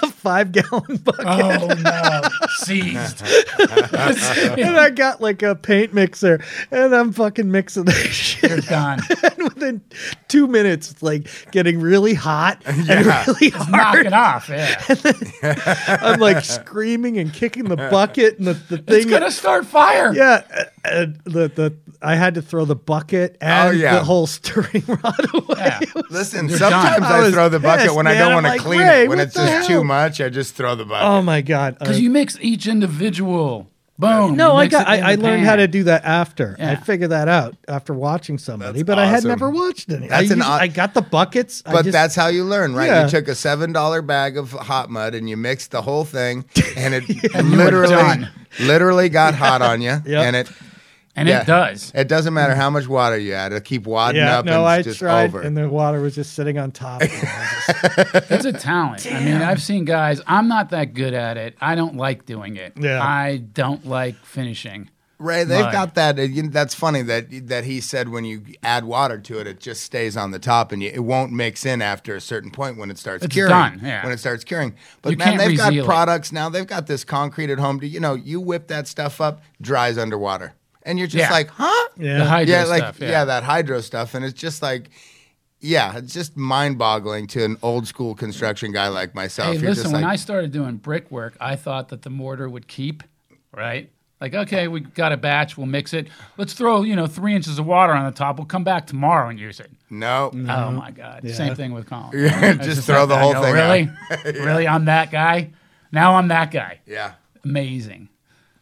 A: five-gallon bucket.
B: Oh no, seized.
A: and I got like a paint mixer, and I'm fucking mixing this
B: You're
A: shit.
B: done.
A: And within two minutes, it's like getting really hot and
C: Yeah.
A: really
B: Knock
A: hard.
B: it off. Yeah, it's
A: I'm like screaming and kicking the bucket, and the, the thing.
B: gonna start fire.
A: yeah, and the the I had to throw the bucket and
C: Oh, yeah.
A: the whole stirring rod away.
B: Yeah.
C: Listen,
B: You're
C: sometimes
B: done.
A: I
C: I,
A: was
C: throw the bucket
A: pissed,
C: when I
A: man.
C: don't
A: I'm
C: want to
A: like,
C: clean
A: "Ray,
C: it. When
A: what
C: it's
A: the
C: just
A: hell?"
C: too much, I just throw the
A: Oh
C: bucket.
A: my god!
B: because
A: I-
B: you mix each individual. Boom.
A: no,
B: you
A: I
B: mix
A: got.
B: it in
A: I, I
B: the
A: learned how
B: pan.
A: to do that after. I
B: Yeah.
A: figured that out after watching somebody,
C: That's
A: but I had
C: awesome.
A: never watched any. I,
C: That's an
A: usually-
C: au-
A: I got the buckets, I
C: But
A: just-
C: that's how you learn, right?
A: Yeah.
C: You took a seven dollar bag of hot mud and you mixed the whole thing, and it
B: you were
C: literally,
B: done.
C: literally got hot on you. And it
B: and
C: yeah.
B: it does.
C: it doesn't matter how much water you add, it keep wadding
A: yeah,
C: up
A: no,
C: and
A: I
C: it's just
A: tried,
C: over.
A: and the water was just sitting on top. And I was just-
B: It's a talent. I mean, I've seen guys. I'm not that good at it. I don't like doing it.
A: Yeah.
B: I don't like finishing.
C: Ray, they've
B: Mud.
C: got that. uh, you know, That's funny that that he said when you add water to it, it just stays on the top, and you, it won't mix in after a certain point when it starts
B: It's
C: curing.
B: done, yeah.
C: When it starts curing, but
B: You
C: man,
B: can't
C: they've got
B: reseal it.
C: products now. They've got this concrete at home. Do you know? You whip that stuff up, dries underwater, and you're just
B: Yeah.
C: like, huh?
A: yeah,
B: The hydro
C: yeah, like
B: stuff.
C: yeah. that hydro stuff, and it's just like. Yeah, it's just mind-boggling to an old-school construction guy like myself.
B: Hey,
C: You're
B: listen,
C: just
B: when
C: like,
B: I started doing brickwork, I thought that the mortar would keep, right? Like, okay, we got a batch, we'll mix it. Let's throw, you know, three inches of water on the top. We'll come back tomorrow and use it.
C: no,
B: Oh my God. Same thing with Colin.
C: Mm-hmm. Yeah,
B: It's
C: just throw the
B: I
C: whole
B: go,
C: thing
B: Really? Really? I'm that guy? Now I'm that guy.
C: yeah,
B: Amazing.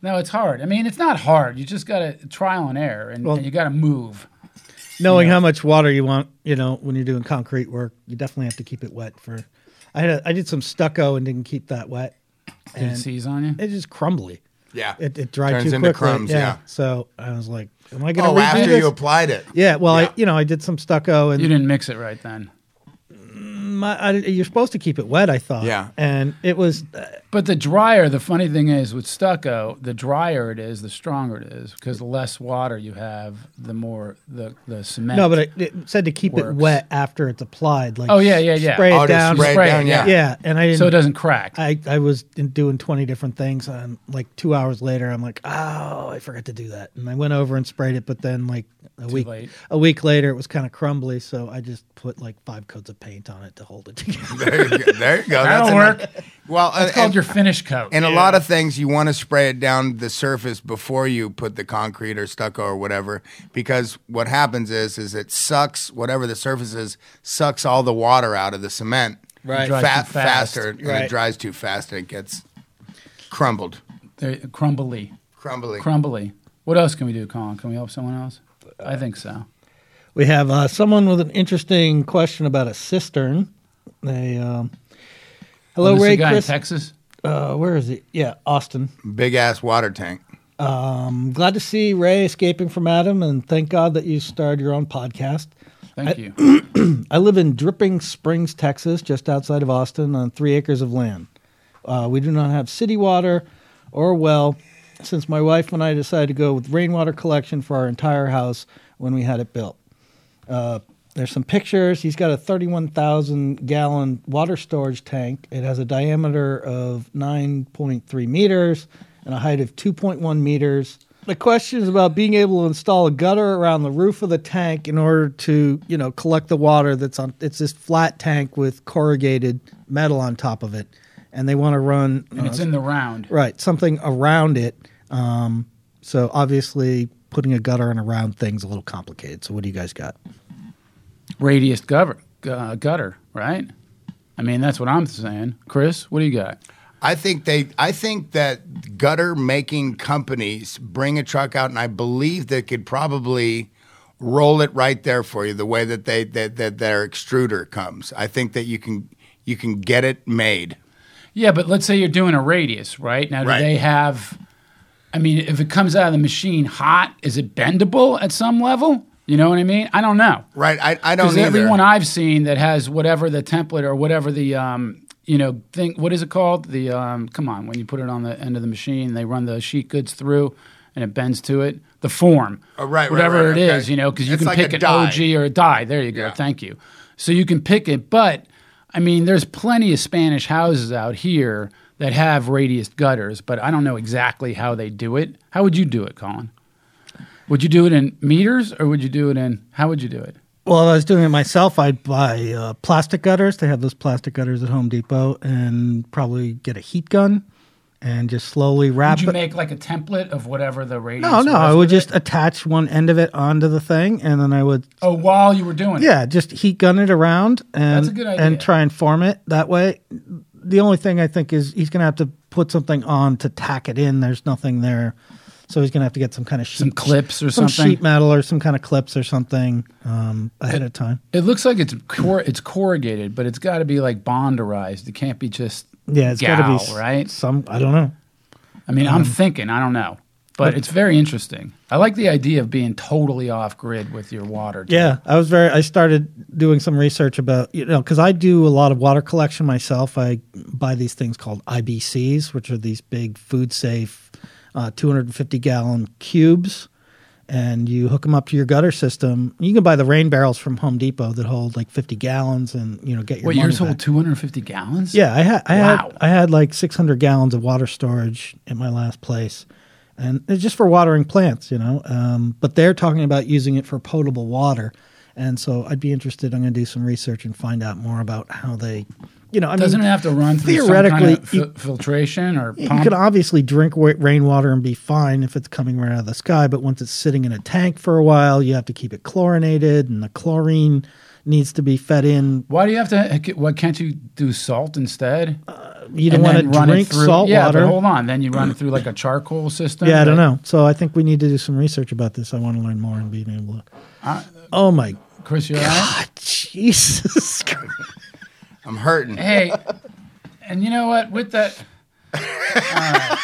B: No, it's hard. I mean, it's not hard. You just got to trial and error and, and you got to move.
A: knowing how much water you want, you know, when you're doing concrete work, you definitely have to keep it wet. For I had a, I did some stucco and didn't keep that wet,
B: Did it
A: and
B: seize on you?
A: it's just crumbly.
C: yeah.
A: It, it dried
C: Turns
A: too
C: into
A: quickly.
C: crumbs, yeah.
A: So I was like, "Am I going to
C: oh,
A: redo
C: after
A: this?"
C: you applied it,
A: yeah. Well,
C: Yeah.
A: I you know I did some stucco and
B: You didn't mix it right then.
A: my, I, you're supposed to keep it wet. I thought.
C: Yeah.
A: And it was
B: But the drier, the funny thing is with stucco, the drier it is, the stronger it is because the less water you have, the more the, the cement.
A: no, but it, it said to keep it
B: Works.
A: wet after it's applied. Like
B: Oh, yeah, yeah, yeah.
A: Spray
C: Oh,
A: it
C: to
A: down.
C: spray it
B: Spray it,
C: down, yeah.
A: Yeah, and I didn't.
B: so it doesn't crack.
A: I, I was in- doing 20 different things and like two hours later i'm like oh i forgot to do that and i went over and sprayed it but then like a week
B: late.
A: a week later it was kind of crumbly so i just put like five coats of paint on it to hold it together
C: There you go. There you go.
B: That'll
C: another-
B: work.
C: Well,
B: It's
C: and,
B: called your finish coat.
C: and a lot of things you want to spray it down the surface before you put the concrete or stucco or whatever, because what happens is is it sucks whatever the surface is sucks all the water out of the cement.
A: Right. It
B: dries
C: Fa-
B: too fast.
C: faster, and it
A: Right.
C: dries too fast, and it gets crumbled,
B: They're uh, crumbly,
C: crumbly.
B: crumbly. What else can we do, Colin? Can we help someone else? I think so.
A: we have uh, someone with an interesting question about a cistern they um hello
B: this is
A: ray
B: a guy
A: chris
B: in Texas.
A: uh, where is he yeah austin
C: Big ass water tank.
A: I'm glad to see Ray escaping from Adam, and thank God that you started your own podcast.
B: Thank you.
A: I live in Dripping Springs, Texas, just outside of Austin, on three acres of land. Uh, we do not have city water or well, since my wife and I decided to go with rainwater collection for our entire house when we had it built. There's some pictures. He's got a 31,000 gallon water storage tank. It has a diameter of 9.3 meters and a height of 2.1 meters. The question is about being able to install a gutter around the roof of the tank in order to, you know, collect the water that's on. It's this flat tank with corrugated metal on top of it, and they want to run.
B: And it's
A: uh,
B: in the round.
A: Right, something around it. Um, so obviously, putting a gutter and around things a little complicated. So what do you guys got?
B: Radius gutter, uh, gutter, right? I mean, that's what I'm saying. Chris, what do you got?
C: I think they. I think that gutter making companies bring a truck out, and I believe they could probably roll it right there for you. The way that they that, that their extruder comes, I think that you can you can get it made.
B: Yeah, but let's say you're doing a radius, right? Now, do
C: Right.
B: they have? I mean, if it comes out of the machine hot, is it bendable at some level? You know what I mean? I don't know.
C: Right? I, I don't
B: Because
C: either.
B: everyone I've seen that has whatever the template or whatever the um, you know thing, what is it called? The um, come on, when you put it on the end of the machine, they run the sheet goods through, and it bends to it. The form,
C: Oh, right, right,
B: whatever
C: right,
B: it is,
C: okay.
B: you know, because you
C: It's
B: can
C: like
B: pick
C: a
B: an
C: die.
B: OG or a die. There you go.
C: Yeah.
B: Thank you. So you can pick it, but I mean, there's plenty of Spanish houses out here that have radius gutters, but I don't know exactly how they do it. How would you do it, Colin? Would you do it in meters, or would you do it in? How would you do it?
A: Well, if I was doing it myself, I'd buy uh, plastic gutters. They have those plastic gutters at Home Depot, and probably get a heat gun and just slowly wrap
B: Would you
A: it.
B: make like a template of whatever the radius?
A: no, no,
B: was?
A: I would just attach one end of it onto the thing, and then I would,
B: Oh, while you were doing it.
A: yeah, just heat gun it around and
B: That's a good idea.
A: and try and form it that way. The only thing I think is he's gonna have to put something on to tack it in. There's nothing there, so he's gonna have to get some kind of sheet,
B: Some clips or
A: some
B: something.
A: sheet metal or some kind of clips or something um, ahead of time.
B: It looks like it's cor- it's corrugated, but it's got to be like bonderized. It can't be just.
A: Yeah, it's got to be
B: Gal,
A: s-
B: right?
A: Some I don't know.
B: I mean,
A: Um,
B: I'm thinking. I don't know, but it's very interesting. I like the idea of being totally off grid with your water. too.
A: Yeah, I was very. I started doing some research about you know because I do a lot of water collection myself. I buy these things called IBCs, which are these big food safe, uh, 250 gallon cubes, and you hook them up to your gutter system. You can buy the rain barrels from Home Depot that hold like 50 gallons, and you know get your
B: What
A: money
B: yours
A: back.
B: hold 250 gallons?
A: Yeah, I had I
B: Wow.
A: had I had like 600 gallons of water storage at my last place, and it's just for watering plants, you know. Um, but they're talking about using it for potable water, and so I'd be interested. I'm going to do some research and find out more about how they, you know, I
B: Doesn't
A: mean,
B: it have to run through
A: theoretically,
B: some kind of fil- filtration or
A: you
B: pump?
A: can obviously drink wa- rainwater and be fine if it's coming right out of the sky, but once it's sitting in a tank for a while, you have to keep it chlorinated, and the chlorine needs to be fed in.
B: Why do you have to? Why can't you do salt instead?
A: You don't want
B: then
A: to drink
B: through,
A: salt
B: yeah,
A: water.
B: But hold on, then you run it through like a charcoal system.
A: Yeah, I don't
B: that-
A: know. So I think we need to do some research about this. I want to learn more and being able to. oh my
B: Chris, you're right.
A: Jesus! Christ.
C: I'm hurting.
B: Hey, and you know what? With that, all right, all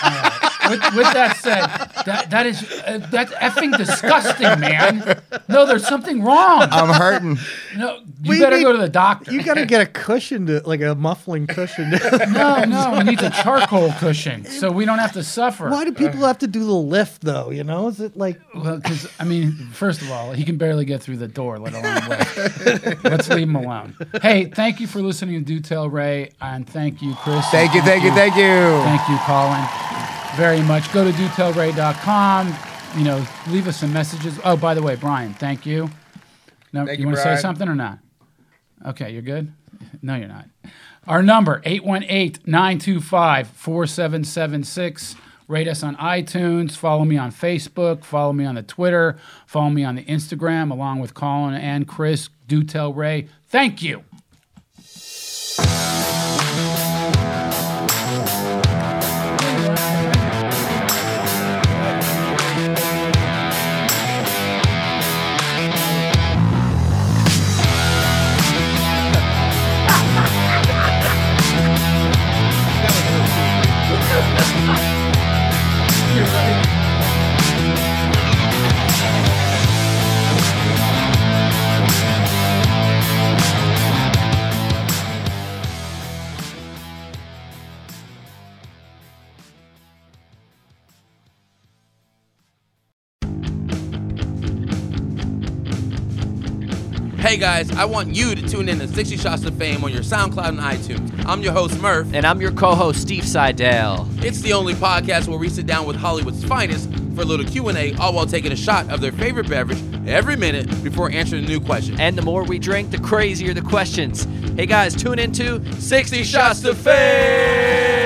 B: right. With, with that said, that that is uh, that's effing disgusting, man. No, there's something wrong.
C: I'm hurting.
B: no, you
A: Uh, we
B: better
A: need-
B: go to the doctor.
A: You got to get a cushion to like a muffling cushion.
B: no, no, we need a charcoal cushion so we don't have to suffer.
A: Why do people have to do the lift though? You know, is it like
B: Well, because I mean, first of all, he can barely get through the door, let alone wait. Let's leave him alone. Hey, thank you for listening to Do Tell Ray, and thank you, Chris.
C: Thank you, thank you, thank you.
B: Thank you, Colin, very much. Go to dotellray.com. You know, leave us some messages. Oh, by the way, Brian, thank you. No,
C: Thank
B: you
C: you,
B: want to say
C: Brian.
B: something or not? Okay, you're good? No, you're not. Our number, 818-925-4776. Rate us on iTunes. Follow me on Facebook. Follow me on the Twitter. Follow me on the Instagram, along with Colin and Chris. Do tell Ray. Thank you.
F: Hey guys, I want you to tune in to 60 Shots to Fame on your SoundCloud and iTunes. I'm your host, Murph.
G: And I'm your co host, Steve Seidel.
F: It's the only podcast where we sit down with Hollywood's finest for a little Q&A, all while taking a shot of their favorite beverage every minute before answering a new question.
G: And the more we drink, the crazier the questions. Hey guys, tune into
F: 60 Shots to Fame!